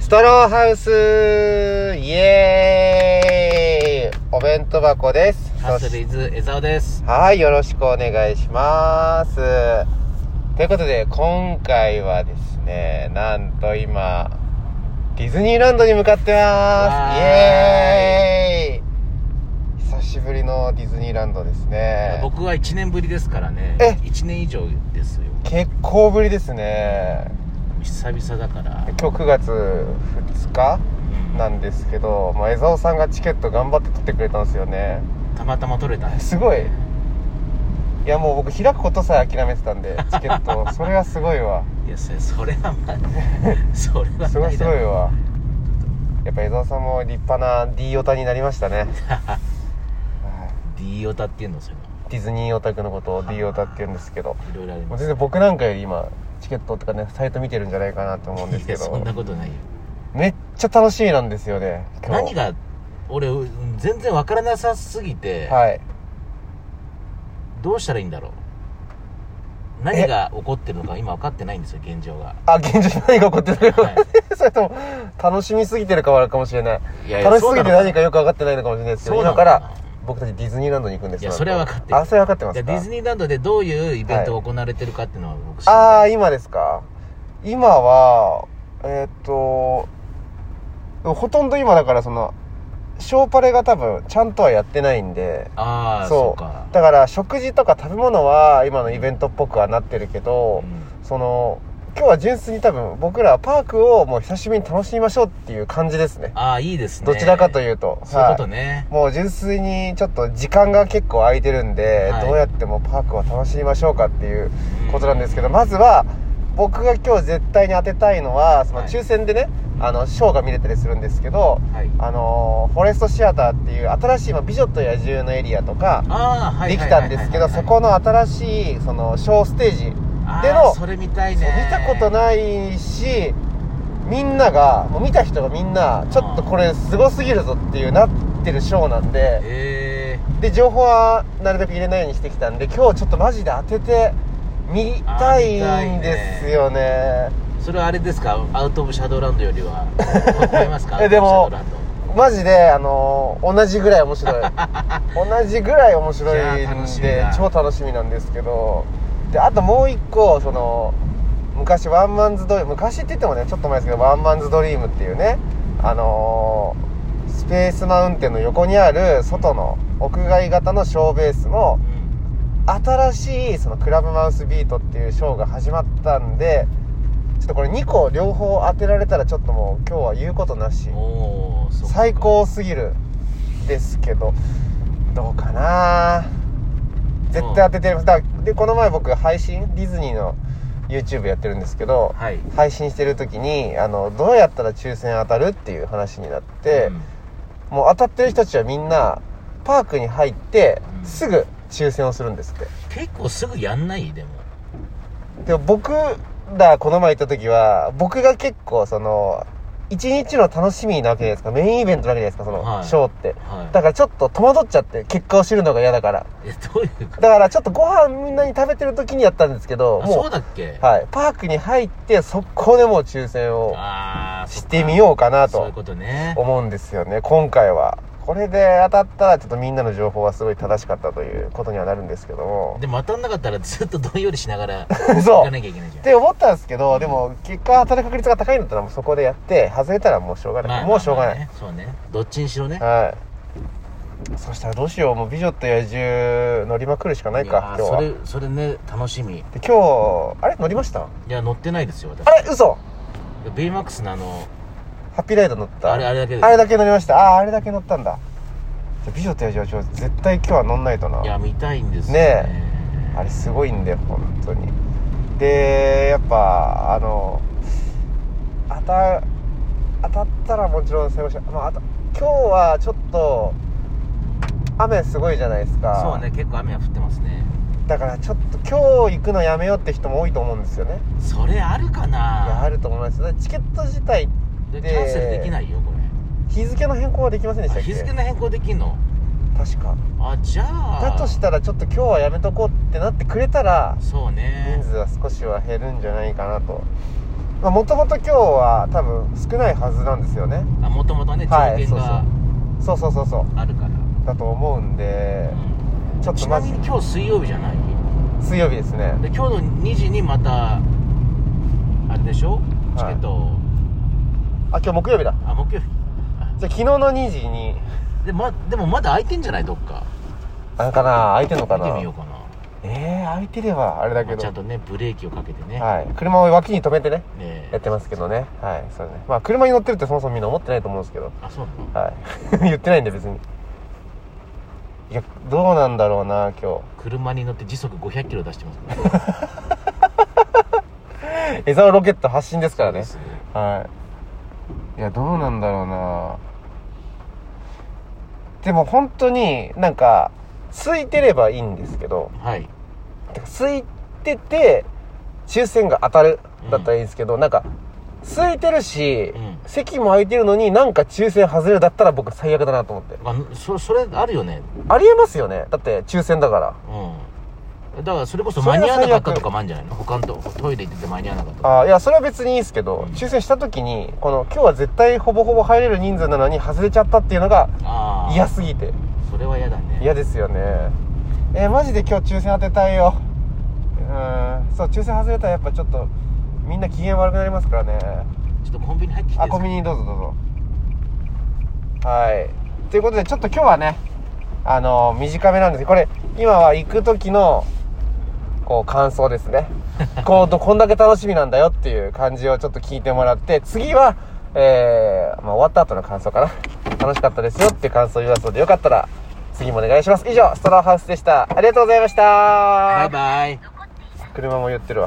ストローハウスイエーイお弁当箱です。ハッそスしルイズ江沢です。はい、よろしくお願いします。ということで、今回はですね、なんと今、ディズニーランドに向かってまわーすイいエーイ久しぶりのディズニーランドですね。僕は1年ぶりですからね。え ?1 年以上ですよ。結構ぶりですね。久々だから。今日9月2日なんですけど、まあ、江澤さんがチケット頑張って取ってくれたんですよねたまたま取れたんです。すごいいやもう僕開くことさえ諦めてたんでチケット をそれはすごいわいや、それそれは まあ、それはないだすごろいすごいわやっぱ江澤さんも立派な D オタになりましたねは D オタっていうの、それは。いディズニーオタクのことを D オタって言うんですけどいろいろありもまうす。全然僕なんかより今チケットとかねサイト見てるんじゃないかなと思うんですいけや、そんどなことないよ。めっちゃ楽しみなんですよね今日何が、俺、うん全然わからなさすぎて、はいどうしたらいいんだろう。何が起こってるのか今分かってないんですよ、現状が。あ、現状何が起こってるのか、はい それとも、楽しみすぎてるかもあるかもしれない。いやいや楽しすぎてそうなのかな何かよく分かってないのかもしれないですけど、そうな今のかかなら僕たちディズニーランドに行くんですいやなんそれは分かってるあ、それは分かってまじゃすあかディズニーランドでどういうイベントが行われてるかっていうのは僕知りたいあー、今ですか今は、えーっと、ほとんど今だからその、ショーパレが多分、ちゃんとはやってないんで、ああそそううかだから食事とか食べ物は今のイベントっぽくはなってるけど、うんその今日は純粋に多分僕らはパークをもう久しぶりに楽しみましょうっていう感じですねああいいですねどちらかとういうとそういうことはいね、もう純粋にちょっと時間が結構空いてるんで、はいどうやってもパークを楽しみましょうかっていうことなんですけどまずは僕が今日絶対に当てたいのはそのはい抽選でね、あのショーが見れたりするんですけどはいあのフォレストシアターっていう新しい今「美女と野獣」のエリアとかああはでいはきいたはいはんいですけどそこの新しいそのショーステージあーでのそれ見たいそうね見たこといないしみんながもう見た人がみんなちょっとこれすごすぎるぞっていうなってるショーなんでえで情報はなるべく入れないようにしてきたんで今日ちょっとマジで当てて見たいんですよねー、それはあれですかアウト・オブ・シャドーランドより は思いますかえでもアウトオブシャドーランマジであのー同じぐらい面 白い同じぐらい面白いいやーん楽しみでだ超楽しみなんですけどであともう一個その昔ワンマンズドリーム昔って言ってもねちょっと前ですけどワンマンズドリームっていうねあのースペースマウンテンの横にある外の屋外型のショーベースもドうん新しいそのクラブマウスビートっていうショーが始まったんでちょっとこれ2個両方当てられたらちょっともう今日は言うことなしおお最高すぎるですけどどうかな絶対当ててますだからでこの前僕配信ディズニーの YouTube やってるんですけどはい配信してる時にあのどうやったら抽選当たるっていう話になって、うんもう当たってる人たちはみんなパークに入ってうんすぐ抽選をするんですって結構すぐやんないでもでも僕らこの前行った時は僕が結構その一日の楽しみなわけじゃないですかメインイベントなわけじゃないですかそはのいショーって、はいだからちょっと戸惑っちゃって結果を知るのが嫌だからえどういうこだからちょっとご飯みんなに食べてる時にやったんですけどとあそうもだっけう、はい、パークに入って速攻でもう抽選をああしてみようかなそういうとことね思うんですよね今回はこれで当たったらちょっとみんなの情報はすごい正しかったということにはなるんですけどもでも当たんなかったらずっとどんよりしながら そう行かなきゃいけないじゃんって思ったんですけどでも結果当たる確率が高いんだったらもうそこでやって外れたらもうしょうがない、もうしょうがない、まあねそうねどっちにしろねはいそしたらどうしようもう「美女と野獣」乗りまくるしかないやか今ー日はそでれそれね楽しみい今日あれ乗りましたや乗ってないですよ私あれ嘘ベイマックスのあのハッピーライド乗ったあれあれだけですあれだけ乗りましたあああれだけ乗ったんだじゃあ美女と野獣は絶対今日は乗んないとないや見たいんですよねあれすごいんだよ本当にでやっぱあの当た当たったらもちろん最後し、まあ、あと今日はちょっと雨すごいじゃないですかそうね結構雨が降ってますねだからちょっと今日行くのやめようって人も多いと思うんですよねそれあるかいやあなると思いますだからチケット自体でキでャンセルできないよこ日付の変更はできませんでしれたあっけ日付の変更できんの確かあじゃあだとしたらちょっと今日はやめとこうってなってくれたらそうね人数は少しは減るんじゃないかなとまあ、もともと今日は多分少ないはずなんですよねあもともとねは条い件がそうそうそうそあるから、うだと思うんでうんちょっとちまなみずに今日水曜日じゃない水曜日ですねで今日の2時にまたあれでしょチケットを、あ今日木曜日だあ木曜日あじゃあ昨日の2時にで,、ま、でもまだ空いてんじゃないどっかあれかな空いてんのか見なてみようかなえー、空いてればあれだけまあどちゃんとねブレーキをかけてね,、はい、車を脇に止めてねねやってますけどねはいそうねまあ車に乗ってるってそもそもみんな思ってないと思うんですけどあそうなのはい 言ってないんで別にいやどうなんだろうな今車に乗って時速500キロ出してますからね日江沢ロケット発信ですからねそうですはいいやどうなんだろうなでも本当になんか空いてればいいんですけどはいてか空いてて抽選が当たるだったらいいんですけど、なんか空いてるし、うん席も空いてるのになんか抽選外れだったら僕最悪だなと思ってあそそれあるよねありえますよねだって抽選だからうんだからそれこそそ間れがに合わなかった最悪とかもあるんじゃないの他のとトイレ行ってて間に合わなかったとかあーいやそれは別にいいんですけど、うん抽選した時にこの今日は絶対ほぼほぼ入れる人数なのに外れちゃったっていうのがああ嫌すぎてそれは嫌だね嫌ですよねえーマジで今日抽選当てたいようーんそう抽選外れたらやっぱちょっとみんな機嫌悪くなりますからねちょっとコンビニ入ってきてあコンビニどうぞどうぞはいということでちょっと今日はねあの短めなんですけどこれ今は行く時のこう感想ですねこうどこんだけ楽しみなんだよっていう感じをちょっと聞いてもらって次はえーまあ、終わった後の感想かな楽しかったですよっていう感想を言わすのでよかったら次もお願いします以上ストローハウスでしたありがとうございましたバイバイ車も言ってるわ